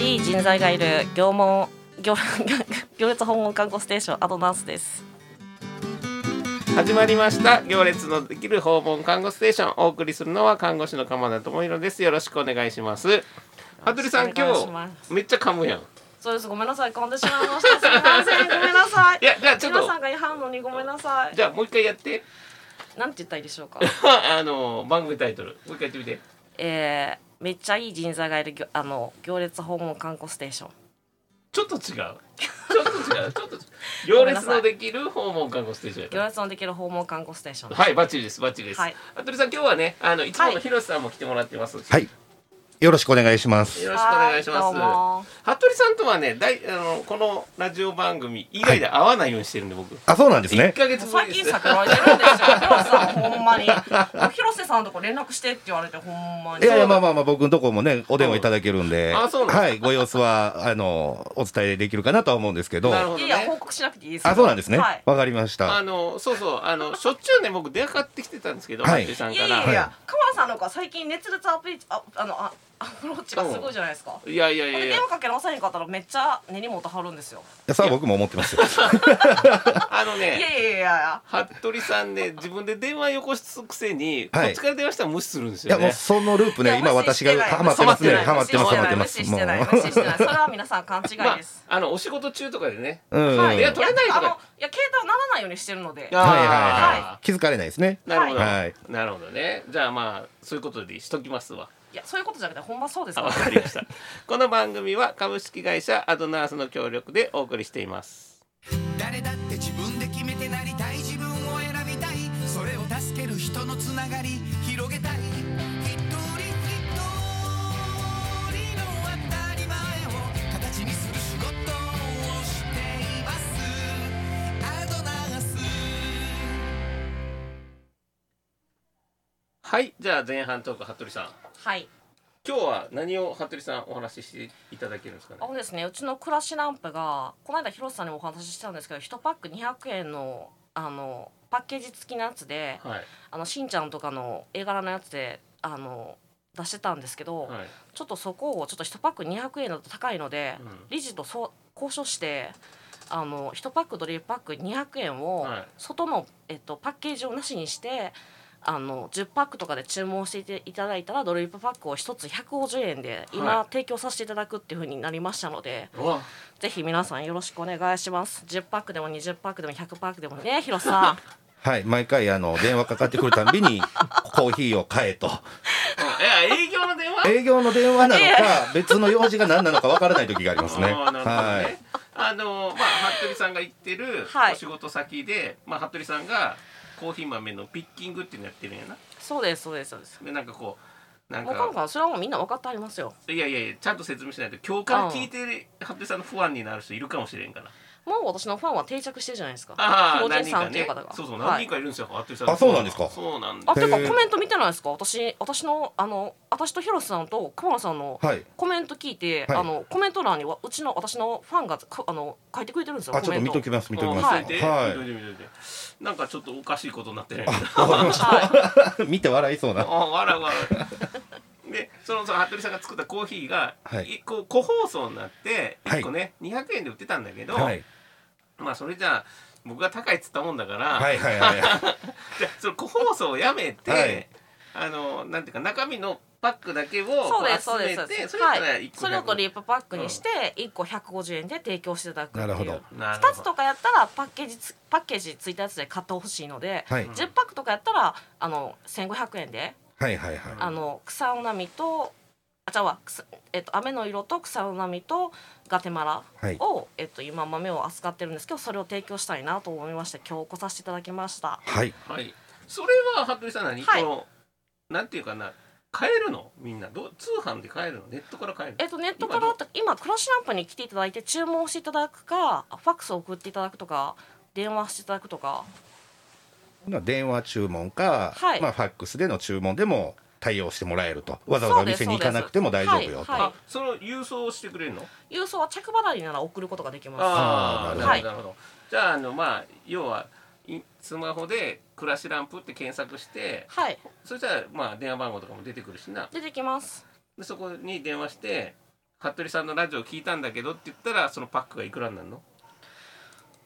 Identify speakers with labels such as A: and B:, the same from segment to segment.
A: いい人材がいる業務行行列訪問看護ステーションアドナンスです
B: 始まりました行列のできる訪問看護ステーションお送りするのは看護師の鎌田智弘ですよろしくお願いします羽鳥さん
A: よろしくお
B: 今
A: 願いし
B: 日
A: ます
B: めっちゃ噛むやん
A: そうですごめんなさい噛んでしまいましたすみませんごめんなさい
B: いやじゃあちょっと
A: 皆さんが違反のにごめんなさい
B: じゃあもう一回やって
A: なんて言ったらいいでしょうか
B: あの番組タイトルもう一回やってみて
A: えー、めっちゃいい人材がいるぎょあの行列訪問看護ステーション
B: ちょっと違うちょっと違うちょっと違う行列のできる訪問看護ステーションやから
A: 行列のできる訪問看護ステーション
B: はい、バッチリです、バッチリです。
A: はい
B: 服部さん、今日はね、あのいつも
A: は
B: の
A: い
B: 広瀬さんも来てもらってます。
C: はい
B: よ
C: い。よろしくお願いします。
B: ろしくお願いし
A: はどう
B: ま
A: も
B: す。服部さんとはね、だい、あの、このラジオ番組以外で会わないようにしてるんで、僕。
C: あ、そうなんです
B: 一
C: ね。
B: ヶ月ぶ
A: 最
B: りで
A: 近避
B: す。
A: けられてるんですよ広瀬さんほんま に広瀬さんのとこ連絡してって言われてほんま
C: い
A: に
C: やいや、まあまあまあ、僕のとこもね、お電話いただけるんで。
B: うんあそうなんですか
C: はい、ご様子は、あの、お伝えできるかなとは思うんですけど。
B: なるほど
A: い
B: ね。
A: やいや報告しなくていいですよ
C: あ、そうなんですね。
A: は
C: わ
A: い、
C: かりまし
B: あ
C: た。
B: の、そうそう、あの、しょっちゅうね、僕出かかってきてたんですけど、
C: は
B: 服
C: い
B: 部さん
A: い
B: か
A: やいや
B: ら。
A: い
B: い
A: や川さんの方が最近熱烈アプリああのあアプローチがすごいじゃないですか
B: やいやいやい
A: で
B: や
A: 電話かけ直さへんかったらめっちゃ根に持たはるんですよ
C: さあ、僕も思ってますよ。
B: あの
A: いやい
B: ね。
A: やいやいや
B: 服部さんね、自分で電話よこすくせに、
C: はい
B: こっちから電話したら無視するんです
C: い
B: よ
C: や、もう、
B: ね。
C: そのループね、
A: い
C: 今
A: や無視
C: 私
A: して
C: が
A: ない
C: ハマってますね。ハマってます、ハ
B: ハ
C: マって
A: 無
C: ま
A: 視
C: す。
A: し
C: も
A: てない無視してない無視してないそれは皆さん勘違
B: ま
A: い
B: あ
A: です、、
B: あの、お仕事中とかでね。
C: う。うん。
A: は
C: はいい
B: いや、取れないと
A: あの
B: か。
A: いや携帯を鳴らないようにしてるので
B: あ
C: はい
B: は
C: はい。気づかれないですね。
B: なるほど、
C: はい
B: なるほどねじゃあまあそういうことでしときますわ
A: いやそういうことじゃなくてほんまそうです
B: あ
A: から
B: わか りましたこの番組は株式会社アドナースの協力でお送りしています
D: 誰だって自分で決めてなりたい自分を選びたいそれを助ける人のつながり広げたい一人一人の当たり前を形にする仕事をしていますアドナース
B: はいじゃあ前半トーク服部さん
A: はい
B: 今日は何を服部さんお話ししていただけるんですかね
A: あのですねうちの暮らしランプがこの間広瀬さんにもお話ししたんですけど1パック200円のあのパッケージ付きのやつで
B: はい
A: あのしんちゃんとかの絵柄のやつであの出してたんですけど、
B: はい
A: ちょっとそこをちょっと1パック200円だと高いので、
B: うん
A: 理事とそう交渉してあの1パックドリルパック200円を
B: はい
A: 外の、えっと、パッケージをなしにしてあの10パックとかで注文していていただいたらドリルパックを1つ150円で今、
B: はい
A: 提供させていただくっていうふうになりましたので
B: うわ
A: ぜひ皆さんよろしくお願いします10パックでも20パックでも100パックでもね広瀬 さん
C: はい。毎回、あの、電話かかってくるたんびに、コーヒーを買えと。
B: うんいや営業の電話
C: 営業の電話なのか、別の用事が何なのかわからない時がありますね。
B: あーなるほどね
C: はい。
B: あのまあ服部さんが行ってる
A: はい
B: お仕事先で、まあ服部さんがコーヒー豆のピッキングっていうのやってるんやな
A: そうですそうですそうです
B: でなんかこうなん
A: もうか
B: か
A: んかんそれはもうみんな分かってありますよ
B: いやいやいやちゃんと説明しないと今日から聞いてる服部さんの不安になる人いるかもしれんから
A: もう私のファンは定着してるじゃないですか。
B: ああ
A: ヒロ
B: 何
A: ジン
B: 人
A: さん
B: か
A: っていう
B: ね
A: 方が。
B: そうそう
A: は
B: 何
A: い
B: 人かいるんですよ服部さん
C: あそうなんですか
B: そうなんで
A: あ、
B: す
A: ていうか
C: へー
A: コメント見てないですか。私、私の、あの、私と広瀬さんと、熊野さんの。
C: はい。
A: コメント聞いて、
C: はい
A: あの、コメント欄には、うちの、私のファンが、かあの、書いてくれてるんですよ。
C: あ、ちょっと見とき
A: ま
C: ます、見とき
B: あ
C: ます。
A: は
B: 忘
A: い
B: れて見といて見といてなんかちょっとおかしいことになってない
A: す。はい。
C: 見て笑いそうな。
B: あ笑う笑うでそのその服部さんが作ったコーヒーが、
C: はい
B: いこう個包装になって
C: はい
B: 1個ね、200円で売ってたんだけど、
C: はい。
B: まあそれじゃあ僕が高いっつったもんだから、
C: はいはいはいは
B: じゃあ その個包装をやめて、
C: はい
B: あのなんていうか中身のパックだけを
A: そ
B: こ
A: う
B: う
A: です、そう
B: 集
A: です。
B: め
A: そう
B: て
A: です
B: それやったら
A: は
B: 1
A: い。
B: 個
A: それをドリ
B: 100
A: ップパックにして、一個150円で提供していただく。
C: なるほど。
B: なるほ
A: 二
B: ど
A: つとかやったら、パッケージつ、パッケージついたやつで買ってほしいので。
C: い。はい
B: うん
A: 10パックとかやったら、あの、1500円で。
C: はいはいはい。
A: あの草の波とあじゃあ、草えっと、雨の色と草の波とガテマラ
C: はい。
A: を、えっと、今豆を扱ってるんですけどそれを提供したいなと思いまして今日来させていただきました
C: はい。
B: はいそれは服部さん何、
A: はい
B: このなんていうかな買えるのみんなどう通販で買えるのネットから買えるの
A: えっとネットから今クラシランプに来ていただいて注文していただくかファックスを送っていただくとか電話していただくとか
C: まあ電話注文か、
A: はい
C: まあファックスでの注文でも対応してもらえると。わざわざお店に行かなくても大丈夫よと。
A: はい
B: あその郵送してくれるの
A: 郵送は着払いなら送ることができます
B: ああ
C: あー
B: なるほどなるほど、じゃああのまあ要はいスマホで「暮らしランプ」って検索して
A: はい
B: そしたらまあ電話番号とかも出てくるしな
A: 出てきます
B: でそこに電話して「服部さんのラジオ聞いたんだけどって言ったらそのパックがいくらになるの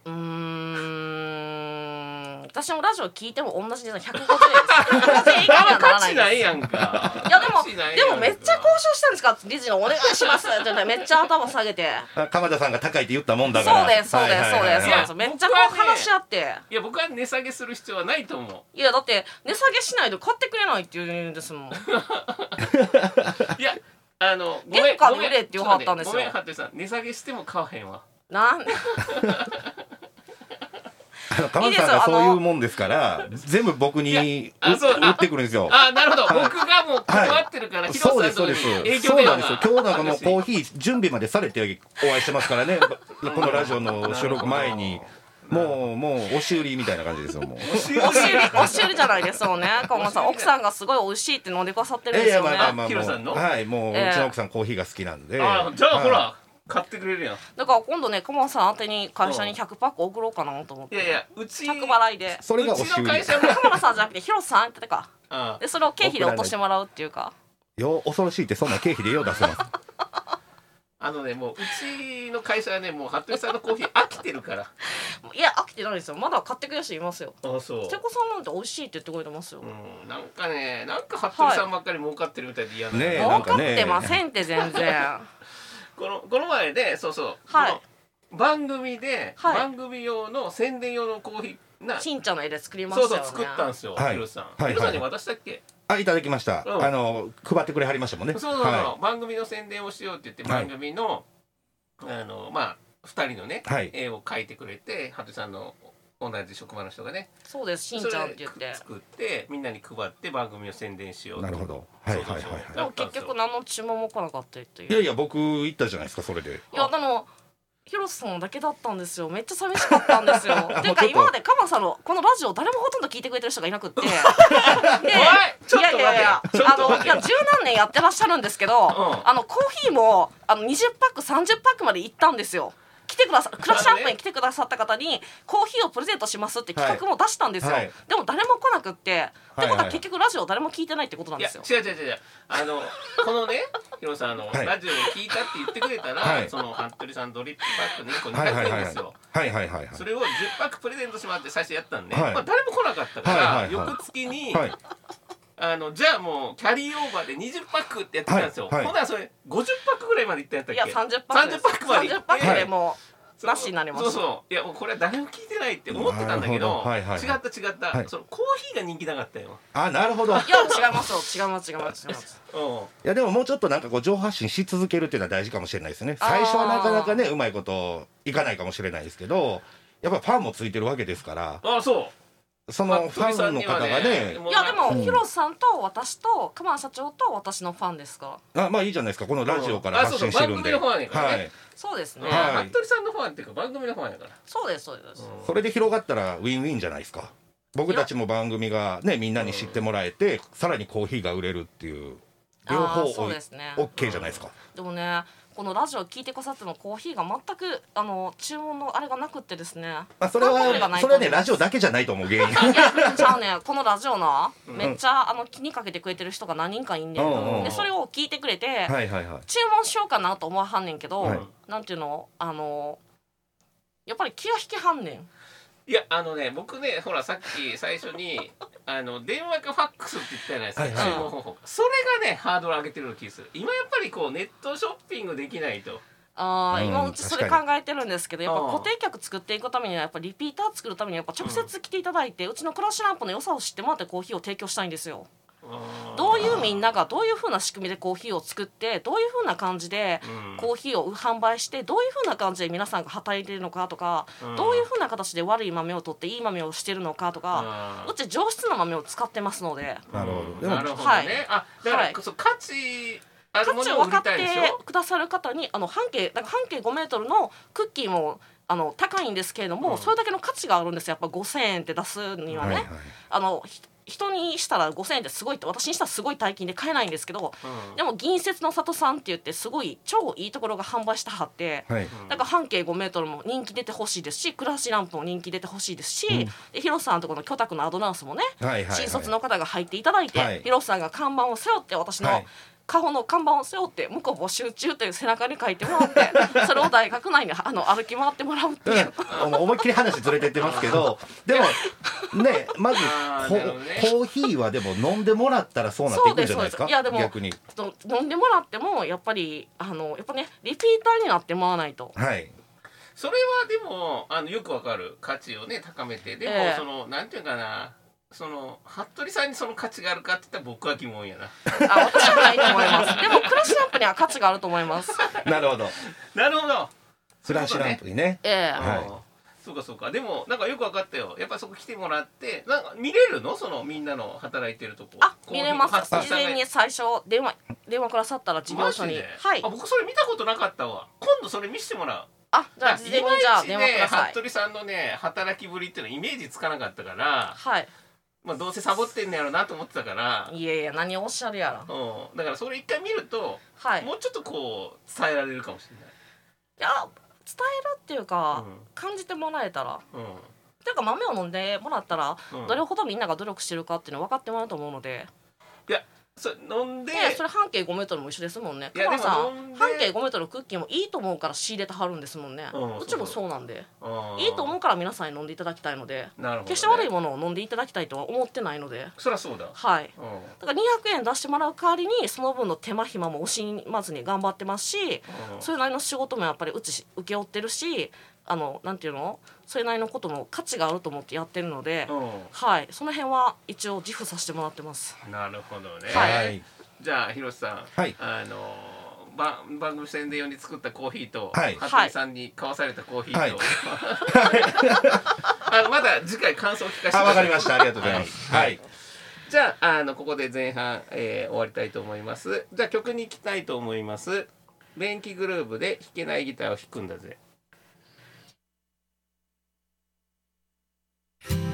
A: うーん私もラジオ聞いても同じ値段150円です150円以下に
B: あ
A: はなら
B: んま価
A: な
B: 値
A: い
B: な
A: で
B: い
A: す
B: やんか
A: いやでも
B: 価値ないやん
A: で
B: か
A: もめっちゃ交渉したんですか理事のお願いし ますって言ってめっちゃ頭下げて
E: あ鎌田さんが高いって言ったもんだ
A: そ
E: か
A: う
E: ら
A: ですそうです
E: はい
A: そう
E: はいはい
A: です
E: はい
A: そうですめっちゃこう話し合って
B: いや僕は値下げする必要はないと思う
A: いやだって値下げしないと買ってくれないって言うんですもん
B: いやあのごめ
A: 原
B: ん
A: 価
B: ご
A: で
B: め
A: 売
B: ん
A: れって言わはったんですよ
B: ちょとねごめん服部さん値下げしても買わへんわ
A: なん
E: あの鎌田さんがそういうもんですから全部僕に
B: あ
E: 打
B: そうあ
E: ってくるんですよ
B: あなるほど僕がもう
E: はい
B: 断ってるから、ヒ
E: そう
B: ロ
E: で
B: さん
E: すそ
B: とか
E: うで
B: に影
E: す
B: 響
E: そ
B: 出
E: う
B: る
E: なんですよ今日なんかもう
B: 話
E: コーヒー準備までされてお会いしてますか らねこのラジオの収録前にもうもう押し売りみたいな感じですよも う
A: 押し売り 押し売りじゃないですよね河本さん奥さんがすごい美味しいって飲んでくださってるん
E: えい
A: です
E: や
A: よ
E: ま
A: ね
E: あまあまあ
B: ヒロさん
E: も
B: の
E: うはいもうう
A: ええ
E: ちの奥さんコーヒーが好きなんで
B: あじゃあほ
E: は
B: ら買ってくれるやん
A: だから今度ね河本さん宛てに会社に100パック送ろうかなと思っ
B: い
A: て
B: やいやうち
A: 着払いで
E: いそれ
B: う
E: が押
B: ち
E: し売
B: の
E: り
B: 会社も
A: 河野さんじゃなくて広瀬さんってか
B: うん
A: でそれを経費で落としてもらうっていうか
E: よ恐ろしいってそんな経費でよう出せ ます
B: あのねもううちの会社はねもう服部さんのコーヒー飽きてるから
A: いや飽きてないですよまだ買ってくれる人いますよ
B: あそう
A: 瀬子さんなんて美味しいって言ってくれてますよ、
B: うん、なんかねなんか服部さんばっかり儲かってるみたいで嫌な、
E: ねえ
A: 儲
E: なん
A: か
E: か
A: っ
E: ね
A: てませんって全然
B: このこの前ねそうそう、
A: はい
B: この番組で、
A: はい
B: 番組用の宣伝用のコーヒーな
A: しんちゃんの絵で作りまし
B: そう
A: た
B: そ
A: よ
B: う
A: ね
B: 作ったんですよ、
E: はい
B: ヒロさん、
E: はい
B: ヒロさんに渡したっけ、
E: あいただきました
B: うん
E: あの配ってくれはりましたもんね
B: そうそうそう、
E: は
B: 番組の宣伝をしようって言って
E: はい
B: 番組の、あのまあ2人のね、
E: はい
B: 絵を描いてくれて服部さんの同じ職場の人がね
A: そうですしんちゃんって言って
B: それ作ってみんなに配って番組を宣伝しよう
E: いなるほどはいはいはいはい
A: でも結局何の注文も来なかったっていう
E: いやいや僕行ったじゃないですかそれで
A: いやでも広瀬さんだけだったんですよめっちゃ寂しかったん ですよっていう
E: ち
A: か
E: ょっと
A: 今まで鎌さんのこのラジオ誰もほとんど聞いてくれてる人がいなく ってで
B: おいちょっと待て
A: いやいやいや
B: ちょっ
A: あ
B: と待
A: の
B: て
A: いや十何年やってらっしゃるんですけど、あのコーヒーもあの20パック30パックまで行ったんですよ来てくださクラッシュアップに来てくださった方にコーヒーをプレゼントしますって企画も出したんですよ、
E: はい
A: でも誰も来なくって、
E: はいはい
A: ってことは結局ラジオ誰も聞いてないってことなんで
B: いや
A: すよ
B: 違う違う違う違うあのこのねヒロさんあの、
E: はい
B: ラジオで聞いたって言ってくれたら、
E: はい
B: その服部さんドリップパックに1個
E: はいは
B: 200
E: いはいは
B: 円
E: い
B: ですよ、
E: はいはいはいはい
B: それを10パックプレゼントしてもらって最初やったんで、
E: はい
B: まあ、誰も来なかったから、
E: はいはいはい
B: 翌月に、
E: はい
B: あのじゃあもうキャリーオーバーで20パックってやってたんですよ、
E: はいはい
B: ほんならそれ50パックぐらいまでいったんやったっ
A: い
B: け
A: や30パックです
B: 30パックまで行って
A: 30パックでもう
B: そう
A: なしになりま
B: そう
A: す
B: そういやもうこれは誰も聞いてないって思ってたんだけど
E: なるほどはいはいはい
B: 違った違った、
E: はい
B: そのコーヒーが人気なかったよ、
E: あなるほど
A: いや違いますよ違います違います違います
B: うん
E: いやでももうちょっとなんかこう情報発信し続けるっていうのは大事かもしれないですね
A: あー
E: 最初はなかなかねうまいこといかないかもしれないですけどやっぱりファンもついてるわけですから
B: ああそう
E: そ
B: まあ
E: のファンの方がね
B: う
A: いやでも、
E: うん
A: ヒロさんと私と鎌田社長と私のファンですから
E: あまあいいじゃないですかこのラジオから
B: あそう
E: 発
B: そう
E: 信してるんで
B: 番組の方はね
E: はい
A: そうですね、
E: はい
B: 服部さんのファンっていうか番組のファンやから、
A: そうですそうです、
E: それで広がったらウィンウィンじゃないですか僕たちも番組がねみんなに知ってもらえてさらにコーヒーが売れるっていう両
A: あ
E: 方
A: あ
E: お
A: そう
E: い
A: ですね
E: OK じゃないですか
A: でもねこのラジオ聞いてくださってもコーヒーが全くあの注文のあれがなくってですね
E: まあそれは
A: なんかないと
E: それはねラジオだけじゃないと思う原因
A: いやちゃうねこのラジオな、めっちゃあの気にかけてくれてる人が何人かいんねん、
E: うんうんうん
A: でそれを聞いてくれて、
E: はいはいはい
A: 注文しようかなと思わはんねんけど、
E: はい
A: なんていうのあのやっぱり気が引きはんねん
B: いやあのね僕ねほらさっき最初に あの電話かファックスって言ったじゃないですか、
E: はいはい
B: 注文方法それがねハードル上げてるような気がする今やっぱりこうネットショッピングできないと
A: あー
E: うん
A: 今うちそれ考えてるんですけどやっぱ
B: うん
A: 固定客作っていくためにはやっぱリピーター作るためにはやっぱ直接来ていただいて、うちのクラッシュランプの良さを知ってもらってコーヒーを提供したいんですよ。どういうみんながどういうふうな仕組みでコーヒーを作ってどういうふうな感じで
B: うん
A: コーヒーを販売してどういうふうな感じで皆さんが働いてるのかとか、
B: うん
A: どういうふうな形で悪い豆を取っていい豆をしてるのかとか、
B: うん
A: うち上質な豆を使ってますので
E: なるほどでも
B: なるほどね、
A: はい
B: あだから、
A: はい
B: そう価値あ
A: 価
B: るも
A: 値
B: の
A: を
B: を
A: 分
B: 売
A: か
B: り
A: って
B: たいでしょ
A: くださる方にあの半径なんか半径5メートルのクッキーもあの高いんですけれども、
B: うん
A: それだけの価値があるんですよやっぱ5,000円って出すにはね。
E: はいはい
A: あのひ人にしたら5,000円ってすごいって私にしたらすごい大金で買えないんですけど、
B: うん
A: でも銀節の里さんって言ってすごい超いいところが販売したはって、
E: はい
A: なんか半径5メートルも人気出てほしいですし暮らしランプも人気出てほしいですし、で広瀬さんとこの居宅のアドナウンスもね、
E: はいはいはい
A: 新卒の方が入っていただいて、
E: はい
A: 広瀬さんが看板を背負って私の、
E: はい
A: 顔の看板を背負って「向こう募集中」という背中に書いてもらって それを大学内にあの歩き回ってもらうっていう。
E: うん、思いっきり話ずれてってますけどでもねまず
B: あー
E: コ
B: なるほどね
E: コーヒーはでも飲んでもらったらそうなっていくんじゃないですか
A: そうですそうですいやでも
E: 逆に
A: ちょっと飲んでもらってもやっぱりあのやっぱねリピーターになってもらわないと
E: はい
B: それはでもあのよくわかる価値をね高めてでも、
A: ええ
B: そのなんていうかなその服部さんにその価値があるかって言ったら僕は疑問やな
A: あ私はないと思いますでもクラシランプには価値があると思います
E: なるほど
B: なるほど
E: フラッシュランプにね
A: ええ
E: は
B: あ
E: い
B: ーそうかそうかでもなんかよく分かったよやっぱそこ来てもらってなんか見れるのそのみんなの働いてるとこ
A: あ見れます
B: コーヒー
A: 事前に最初電話電話くださったら事業
B: マジ
A: 所に
B: で、
A: はい
B: あ僕それ見たことなかったわ今度それ見せてもらう
A: あじゃあ事前にじゃあ電話くださ
B: いま
A: い
B: ちね服部さんのね働きぶりっていうのイメージつかなかったから、
A: はい
B: まあ、どうせサボってんのやろうなと思ってたから、
A: いやいや何をおっしゃるやら
B: うん、だからそれ一回見ると
A: はいい
B: もうちょっとこう伝えられるかもしれ
A: や伝えるっていうか、
B: うん
A: 感じてもらえたら
B: ない、
A: ていうか豆を飲んでもらったら、
B: うん
A: どれほどみんなが努力してるかっていうの分かってもらうと思うので
B: いやそれ飲んで
A: ねそれ半径5メートルも一緒ですもんね
B: い
A: ク
B: や
A: マさ
B: でも飲ん
A: ん
B: で
A: 半径5メートルクッキーもいいと思うから仕入れてはるんですもんね、
B: う
A: うんちも
B: そ
A: そうなんで
B: うん
A: いいと思うから皆さんに飲んでいただきたいので、
B: なるほどね
A: 決して悪いものを飲んでいただきたいとは思ってないので
B: そりゃそうだ、
A: はい
B: うんうん
A: だから200円出してもらう代わりにその分の手間暇も惜しまずに頑張ってますしそれなりの仕事もやっぱりうちし請け負ってるしあのなんていうのそれなりのことも価値があると思ってやってるので、
B: う
A: はいその辺は一応自負させてもらってます
B: ん、なるほどね、
A: はい
E: はい
B: じゃあ広瀬さん、
E: はい
B: あのーば番組宣伝用に作ったコーヒーと、
E: はい
B: 服部さんに買わされたコーヒーと、
E: はい
B: あのまた次回感想を聞かせてくだ
E: あ
B: さい
E: わかりましたありがとうございますはい、
B: じゃああのここで前半、えー終わりたいと思いますじゃあ曲に行きたいと思います電気グルーブで弾けないギターを弾くんだぜ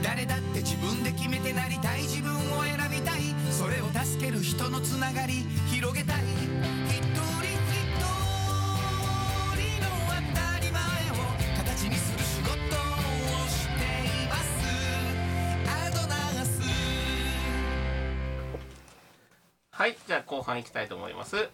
D: 誰だって自分で決めてなりたい自分を選びたいそれを助ける人のつながり広げたい一人一人の当たり前を形にする仕事をしていますアドナス
B: はいじゃあ後半行きたいと思います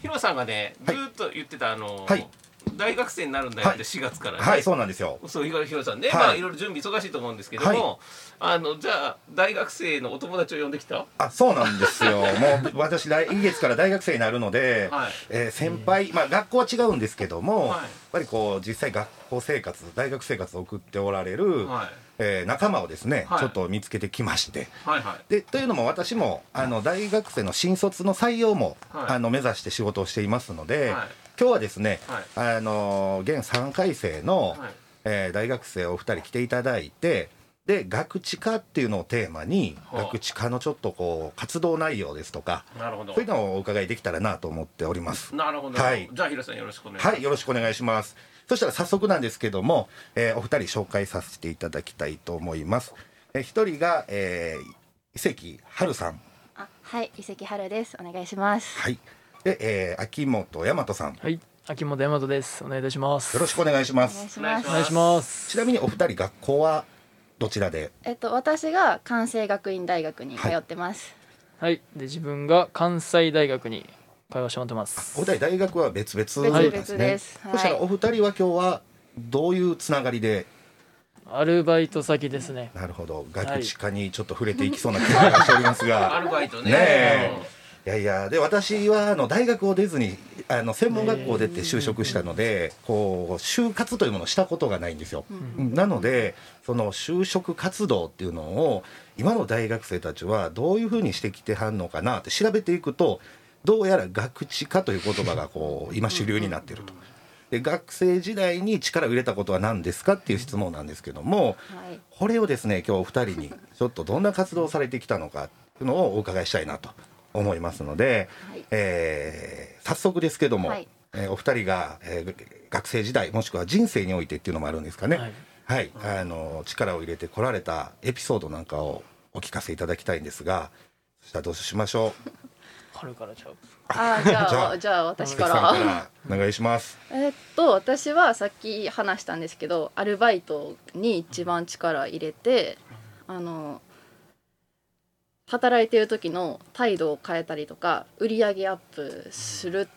B: ヒロさんがねず
E: はい
B: ーっと言ってた、あのー
E: はい
B: 大学生になるんだよっ
E: は
B: て
E: い
B: 4月から、ね
E: はい、そうなんですよ
B: そうひろひろさんね、
E: はい
B: まあいろいろ準備忙しいと思うんですけども、
E: はい
B: あのじゃあ大学生のお友達を呼んできた
E: あそうなんですよもう私来月から大学生になるので、
B: はい
E: えー先輩、まあ、学校は違うんですけども、
B: はい
E: やっぱりこう実際学校生活大学生活を送っておられる、
B: はい
E: えー仲間をですね、
B: はい
E: ちょっと見つけてきまして。
B: はいはい
E: でというのも私もあの大学生の新卒の採用も、
B: はい
E: あの目指して仕事をしていますので、
B: はい
E: 今日はですね、
B: はい
E: あの現3回生の、
B: はい
E: えー大学生お二人来ていただいてで学知化っていうのをテーマに
B: はあ
E: 学知化のちょっとこう活動内容ですとか
B: なるほど
E: そういうのをお伺いできたらなと思っております。
B: なるほど、
E: はい
B: じゃあひろさんよろしくお願いします
E: はい、よろしくお願いします。そしたら早速なんですけども、えーお二人紹介させていただきたいと思います。えー一人が、えー、遺跡春さん、
F: あはい、遺跡春です。お願いします。
E: はい、で、えー秋元大和さん、よ
G: はい、秋元大和です。お願いいたします。
E: ろしくお願いしま
F: お願い
E: す。
F: しま
B: お
F: す
G: お。願いします。
E: ちなみにお二人学校はどちらで、
F: えっと私が関西学院大学に通ってます。
G: はい、で自分が関西大学に通わせてもらってます。
E: お二人大学は別々なんですね。
F: 別々ですはい
E: そしたらお二人は今日はどういうつながりで、
G: アルバイト先ですね。
E: なるほど、学知化にちょっと触れていきそうな気がしておりますが。
B: アルバイトね
E: ねえいやいやで私はあの大学を出ずにあの専門学校を出て就職したのでこう就活というものをしたことがないんですよ、なのでその就職活動っていうのを今の大学生たちはどういうふうにしてきてはんのかなって調べていくとどうやら学知化という言葉がこう今主流になっていると。で学生時代に力を入れたことは何ですかっていう質問なんですけども、
F: はい。
E: これをですね今日お二人にちょっとどんな活動をされてきたのかっていうのをお伺いしたいなと思いますので、
F: はい
E: えー早速ですけども、
F: はい
E: えーお二人が、えー学生時代もしくは人生においてっていうのもあるんですかね、は
G: はいい
E: あの力を入れてこられたエピソードなんかをお聞かせいただきたいんですがそしたらどうしましょう
G: 春からちゃう。
F: あ じ
E: じゃ
F: ゃ
E: あ
F: あじゃあ私か
E: さん
F: ら。
E: からお願いします。
F: えっと私はさっき話したんですけどアルバイトに一番力入れてあの働いてる時の態度を変えたりとか売り上げアップする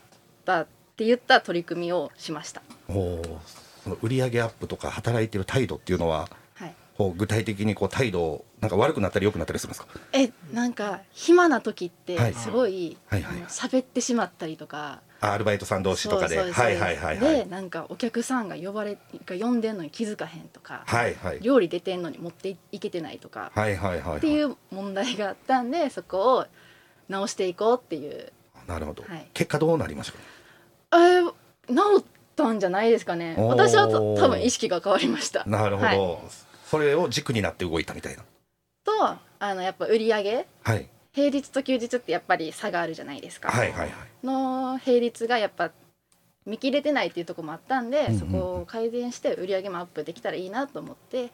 F: だって言った取り組みをしました。
E: おーその売り上げアップとか働いてる態度っていうのは
F: はい、
E: こう具体的にこう態度をなんか悪くなったり良くなったりするんですか
F: えなんか暇な時って
E: はい
F: すごい
E: はいはい
F: あの喋ってしまったりとか
E: あアルバイトさん同士とかで
F: そ
E: は
F: うそ
E: いう
F: そう
E: はいはいはいはい
F: でなんかお客さんが呼ばれが呼んでんのに気づかへんとか、
E: はいはい
F: 料理出てんのに持っていけてないとか、
E: はいはいはい
F: っていうう問題があったんでそこを直していこうっていう
E: なるほど
F: はい
E: 結果どうなりましたか
F: えー治ったんじゃないですかね
E: おー
F: 私はと多分意識が変わりました
E: なるほ
F: はい
E: どそれを軸になって動いたみたいな
F: とあのやっぱ売り上げ
E: はい
F: 平日と休日ってやっぱり差があるじゃないですか、
E: はいはいはい
F: の平日がやっぱ見切れてないっていうところもあったんで、
E: うんうん
F: そこを改善して売り上げもアップできたらいいなと思ってっ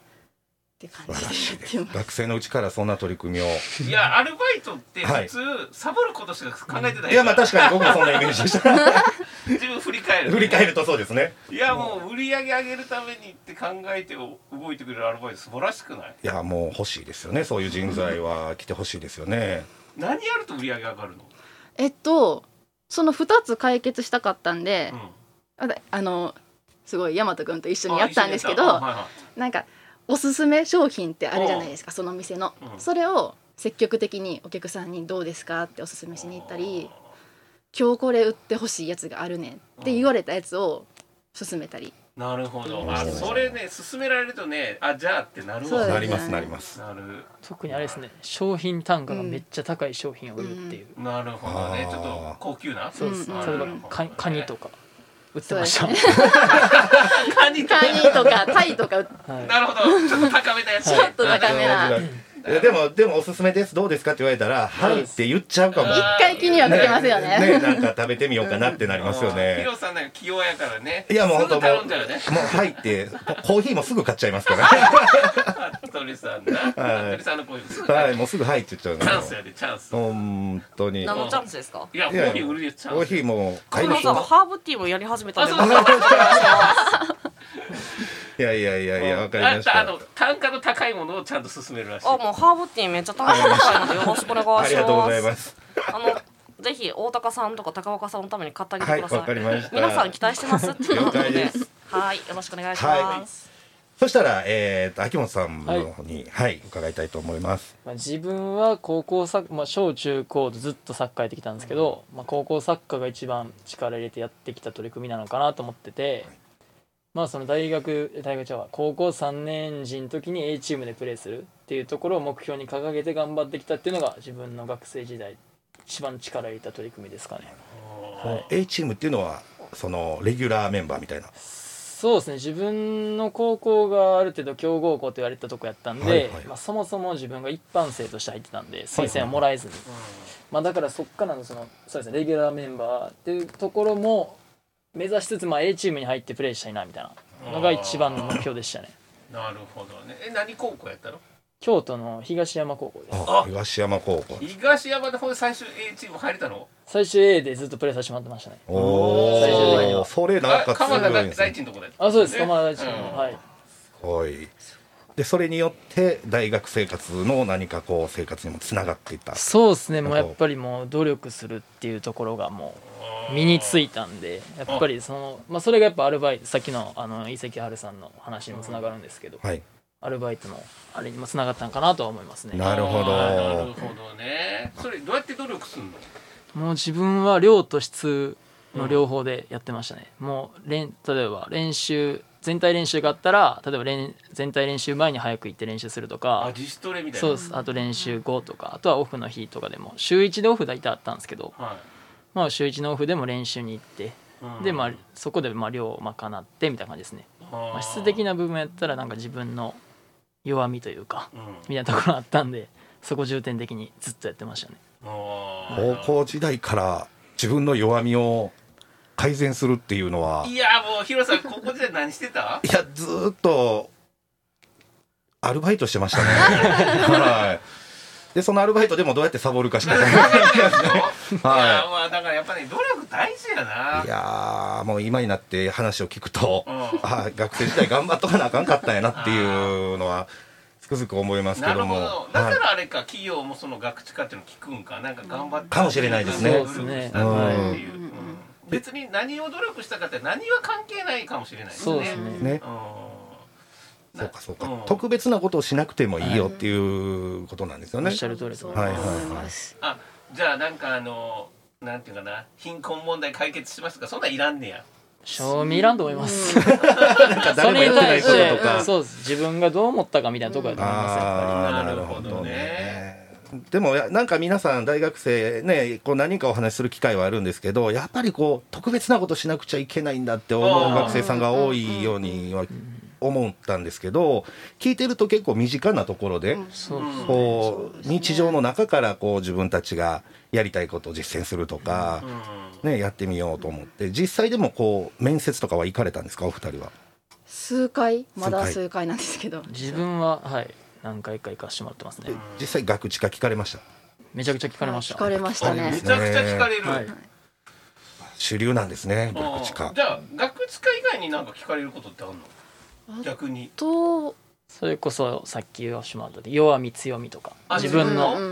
F: て感
E: 素晴ら
F: じ
E: し
F: で
E: い
F: や
E: です
F: ってます
E: 学生のうちからそんな取り組みを
B: いやアルバイトって
E: は
B: 普
E: い
B: 通、サボることしか考えてない
E: いやまあ確かに僕もそんなイメージでした
B: 自分振り返る
E: 振り返るとそうですね
B: いやもう売り上げ上げるためにって考えて動いてくれるアルバイト素晴らしくない
E: いやもう欲しいですよねそういう人材は来てほしいですよね
B: 何やると売り上げ上がるの、
F: えっとその2つ解決したかったんで、
B: う
F: あだあのすごい大和くんと一緒
B: ん、
F: にやったんですけ
B: あ
F: ど
B: 一緒にやったあは
F: なんかおすすめ商品ってあるじゃないですかその店の、
B: うん
F: それを積極的にお客さんに「どうですか?」っておすすめしに行ったり「今日これ売ってほしいやつがあるねん」って言われたやつを勧めたり
B: いはいなるほどあそれね勧められるとねあじゃあってなる
F: そう
B: わ
F: ですね
E: なりますなります
B: なる
G: 特にあれですね商品単価がめっちゃ高い商品を売るっていう、
B: なるほどね
E: あー
B: ちょっと高級な
G: そうです、
F: うん
G: 例えばカカニとか売ってました、
F: そうで
B: カニと
F: カニとかタイとか
G: はい
B: なるほどちょっと高めなやつちょ
F: っと高めな
E: うんいやでもでもおすすめですどうですかって言われたら「はい」って言っちゃうかも
B: うん
F: 一回気にはかけますよね
E: ねなんか食べてみようかなってなりますよ
B: ヒ
E: ね
B: ロさんなんか器用やからね
E: いやもう本
B: す
E: 当
B: ぐ
E: も
B: 頼んじゃうよね
E: うもう「はい」ってコーヒーもすぐ買っちゃいますから
B: 服部さんな服部さんの声すぐ
E: はいもうすぐ「はい」って言っ
B: チ
E: ちゃ
B: ャ
E: う
B: ンスやでチャンス
E: 本当に
A: 何のチャンスですか
B: いや
E: い
B: コ
E: や
B: ーヒー売るでチャンス
E: コーヒーも買い
A: 黒田
E: ます
A: さんは
E: よ
A: ハーブティーもやり始めたん
B: あ
A: で
B: そう
A: す
B: そう
A: か
E: いやいやいやいやわかり
B: あ
E: ま
B: ん
E: した
B: あ
E: た
B: の単価の高いものをちゃんと勧めるらしい
A: あもうハーブティーめっちゃ高い高いのでよろしくお願いします
E: ありがとうございます
A: あのぜひ大高さんとか高岡さんのために買ってあげて
E: は
A: く
E: い
A: ださい、
E: わかりました
A: 皆さん期待してますっていうことなの
E: 了
A: で
E: 解です
A: はいよろしくお願いし
E: は
A: ま
E: い
A: す、
E: そしたらえーと秋元さんの方にはい伺いたいと思います
G: まあ、自分は高校サッカー、まあ、小中高とずっとサッカーやってきたんですけど、まあ、高校サッカーが一番力入れてやってきた取り組みなのかなと思ってて、まあその大学大学じゃあ高校3年時の時に A チームでプレーするっていうところを目標に掲げて頑張ってきたっていうのが自分の学生時代一番力入れた取り組みですかね。はい、
E: A チームっていうのはそのレギュラーメンバーみたいな
G: そうですね自分の高校がある程度強豪校と言われてたとこやったんで、
E: はいはい
G: まあ、そもそも自分が一般生として入ってたんで推薦はもらえずに、まあ、だからそっからのそのそうです、ね、レギュラーメンバーっていうところも目指しつつ、まあ、A チームに入ってプレーしたいなみたいなのが一番の目標でしたね
B: なるほどねえ何高校やったの
G: 京都の東山高校です
E: あ東山高校
B: 東山でほんで最初 A チーム入れたの
G: 最終 A でずっとプレーさせてもらってましたね
E: おお
G: 最終的には
E: それなん
B: あ
E: かすご
B: 鎌田
E: い
B: 大
E: ですね
B: 大地のとこだよ
G: あそうです
B: ね
G: 鎌田大地の、
B: うん
G: はい
E: はい。でそれによって大学生活の何かこう生活にもつながっていった。
G: そうですね
E: なん
G: も
E: か
G: うやっぱりもう努力するっていうところがもう身についたんでやっぱりその、まあ、それがやっぱアルバイトさっきのあの伊関春さんの話にもつながるんですけど
E: はい。
G: アルバイトのあれにもつながったのかなとは思いますね
E: なるほ
B: あーなる
E: ど。
B: ほどねそれどうやって努力すんの
G: もう自分は量と質の両方でやってましたね、もう練例えば練習全体練習があったら例えば練全体練習前に早く行って練習すると
B: あ
G: か
B: 自主トレみたいな
G: そうですあと練習後とかあとはオフの日とかでも週1でオフ大体あったんですけど、
B: は
G: まあ、週1のオフでも練習に行って
B: いうん
G: でまあそこでまあ量を賄ってみたいな感じですね、まあ、質的な部分やったらなんか自分の弱みというか
B: うん
G: みたいなところあったんでそこ重点的にずっとやってましたね
B: あー
E: 高校時代から自分の弱みを改善するっていうのは、
B: い
E: い
B: やもうヒロさん高校時代何してた
E: やずーっとアルバイトしてま したね。はい。でそのアルバイトでもどうやってサボるかしか考え
B: いや
E: は。
B: まあだからやっぱり努力大事やない
E: いやーもう今になって話を聞くと
B: う、ん
E: あー学生時代頑張っとかなあかんかったんやなっていうのはつくづく思いますけ
B: なる
E: ども
B: ほど。だか
E: は
B: らあれか、企業もその学知化っていうの聞くんか、なんか頑張って。
E: かもしれないですね
B: 努力したっていう
F: うん
B: うん別に何を努力したかって何は関係ないかもしれないですね。
G: そうですね
E: い、ね
B: うん。
E: そうかそうか、
B: うん
E: 特別なことをしなくてもいいよっていうことなんですよ
G: おっ
E: ね
G: しゃる通りだと
F: そう
G: 思い
F: 思
G: ま
E: はいいはいはい
F: ます。
B: あ、じゃあなんかあの、なんていうかな、貧困問題解決しますとか、そんなんいらんねや。
G: す賞味いらんと思います
E: なんか
G: そ
E: 誰も
G: れ
E: や
G: に
E: ってない
G: 対
E: こ
G: して
E: ととか、
G: そうです自分がどう思ったかみたいなところだと思いますやっぱり
E: あー
B: なるほどね
E: でもやなんか皆さん大学生ねこう何かお話しする機会はあるんですけどやっぱりこう特別なことしなくちゃいけないんだって思
B: あ
E: う
B: ー
E: 学生さんが多いようには思ったんですけど聞いてると結構身近なところで
G: そうです
E: こ
F: そうで
E: う
F: すね
E: 日常の中からこう自分たちがやりたいことを実践するとか
B: うん。
E: ねやってみようと思って実際でもこう面接とかは行かれたんですかお二人は。
F: 数回まだ
E: 数回
F: 数回なんですけど。
G: 自分ははい何回か行かしてもらってますね
E: 実際学知化聞かれました
G: めちゃくちゃ聞かれました
F: 聞かれました
B: め
F: ね。
B: ちゃくちゃ聞かれる。
G: はい
E: 主流なんですね
B: うん
E: 学知化
B: じ。ゃあ、学知化以外になんか聞かれることってあるの逆に。
F: と
G: それこそさっき言わしてもらった弱み強みとか
B: あ
G: 自分
F: うん
G: の
F: うんうんう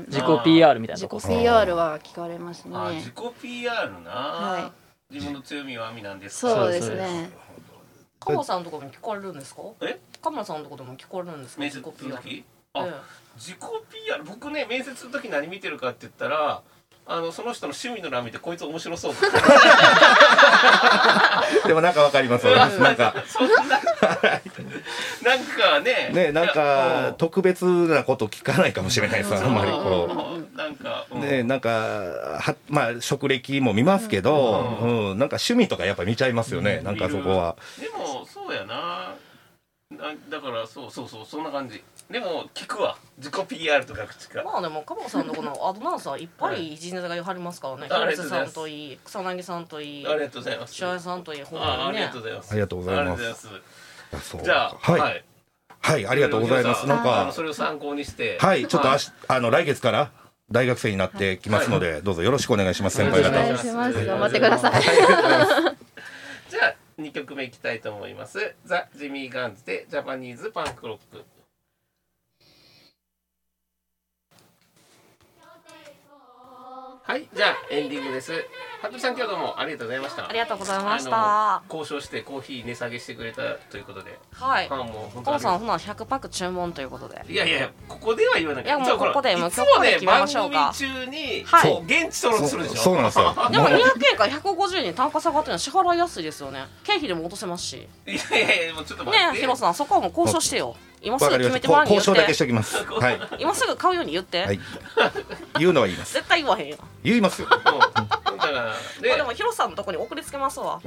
F: ん
G: 自己 PR みたいな
F: 自
G: とこ
F: 己 PR は聞かれますね。
B: あ、自己 PR な、
F: は
B: 自分の強みは網なんですか
F: そうですね。
A: カモさんとかも聞かれるんですか
B: え
A: カモさんとかでも聞かれるんですか
B: 面接
A: 自
B: の
A: 己 PR
B: 時
A: え
B: あ自己 PR 僕ね面接の時何見てるかって言ったらあのその人の趣味の欄見てこいつ面白そう
E: でもなんかわか ります。なんか
B: そん ななんかね
E: ねなんか特別なこと聞かないかもしれないです。あ
B: あ
E: んまりこう。
B: なんか、うん
E: ねなんかはまあ職歴も見ますけど、
B: う
E: うんなんか趣味とかやっぱ見ちゃいますよね。なんかそこは。
B: でもそうやななだからそうそうそうそんな感じでも聞くわ自己 PR とか口か
A: まあでもカモさんのこのアドナウンサーいっぱい人材が張りますからね
B: はい
A: 広瀬さんといい草薙さんといい
B: ありがとうございます
A: 白井さんといい本
B: あ
A: 当
B: あ
A: に
B: りが
A: ね
B: とうございます
E: ありがとうござ
B: あ
E: います
B: りがとうござい
E: あそう
B: ますじゃあ
E: はい、はい、ありがとうございます。なん
B: あの
E: か
B: それを参考にして
E: はいちょっとあしあの来月から大学生になってきますので、どうぞよろしくお願いします先輩
F: お
E: 方。
F: 願いします。頑張ってください。
B: じゃあ二曲目いきたいと思いますザ・ジミー・ガンズでジャパニーズ・パンクロックはいじゃあエンディングです服部さん今日どうもありがとうございました
A: ありがとうございまし
B: あ
A: た
B: の交渉してコーヒー値下げしてくれたということで
A: はい
B: ファンも本
A: カ
B: 当
A: モ
B: に
A: さんほな100パック注文ということで
B: いやいやここでは言わなきゃ
A: いやもう
B: じゃあら
A: ここでもう
B: いつも
A: ここで
B: ね
A: 決め
B: 番
A: ましょう
B: 組
A: か
B: 中に
A: はい
B: そう現地登録するでしょ
E: そうそうなんですよ。
A: でも200円から150円に単価下がってるのは支払いやすいですよね経費でも落とせますしね
B: いやいやいやもうちょっと待って
A: えヒロさんそこはもう交渉してよ今すぐ
E: わかり
A: 決
E: ま
A: め
E: してた。
A: もらうに
E: こう
A: 言っ
E: 交渉だけ
A: て
E: しときます。はい
A: 今すぐ買うように言って、
E: はい。言うのは言います。
A: 絶対言わへんよ、
E: 言いますよ。
B: もうだからね
A: まあ、でもヒロさんのとこに送りつけますわ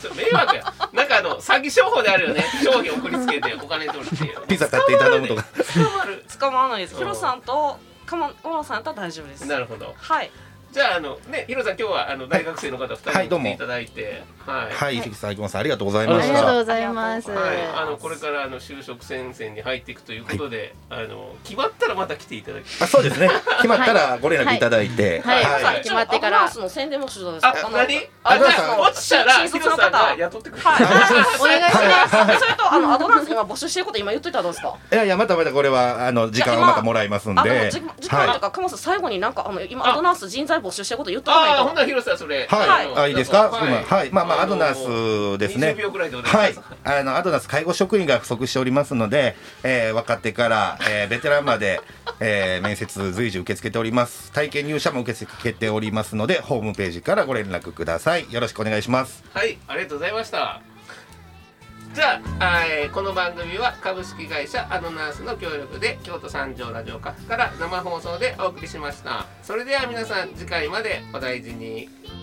B: ちょっと迷惑や。なんかあの詐欺商法であるよね。商品送りつけてお金取るっていう。
E: ピザ買って頼むとか。
B: 捕まる。
A: 捕まわないです
B: うん
A: ヒロさんとカモモロさんやったら大丈夫です
B: なるほど。
A: はい
B: じゃああのね、ヒロさん今日はあの大学生の方二人
E: は
B: に
E: い
B: 来
E: どう
B: て
E: も
B: いただいて、はい。
E: はい、関さん、秋元さん、ありがとうございま
F: あ
E: し
F: りがとう
E: た。
F: ございます。
B: はいあのこれからあの就職戦線に入っていくということで、あの決まったらまた来ていただき
E: あ、そうですね。決まったら、ご連絡いただいて。
F: はい
B: はい
A: さあ
F: 決まってか
A: アドナ
F: ら
A: ウンスの宣伝もしようです
B: あ
A: かの
B: 何
A: ア
B: あ
A: ド
B: じ
A: ナウン
B: ゃあ
A: スの
B: 落ちたら
A: 新
B: ヒ
A: 卒
B: ロ
A: の
B: さんが
A: 方
B: 雇ってくれる、
A: はい、お願いします。それと、あの、アドナウンス今募集してること、今言っといたらどうですか。
E: いやいや、またまたこれは、あの、時間はまたもらいますんで。
A: あ、
E: は
A: で
E: い
A: も、じ、次回とか、カモさん、最後になんか、あの、今、ア
B: あ
A: ドナウンス人材募集してること言っとか
B: ああほ
A: な
B: んないらヒロさんそれ
E: はい、
B: の
E: あ、いいですか。
B: なん
E: 今はい、まあまあ、アドナスですね
B: 20秒くらいでお。願いしま
E: はい
B: す、
E: あの、アドナス介護職員が不足しておりますので、えー若手から、えーベテランまで。えー面接随時受け付けております。体験入社も受け付けておりますので、ホームページからご連絡ください。よろしくお願いします。
B: はい、ありがとうございました。じゃあ、えーこの番組は株式会社アドナースの協力で京都三条ラジオカフェから生放送でお送りしました。それでは皆さん次回までお大事に。
H: 「みんなで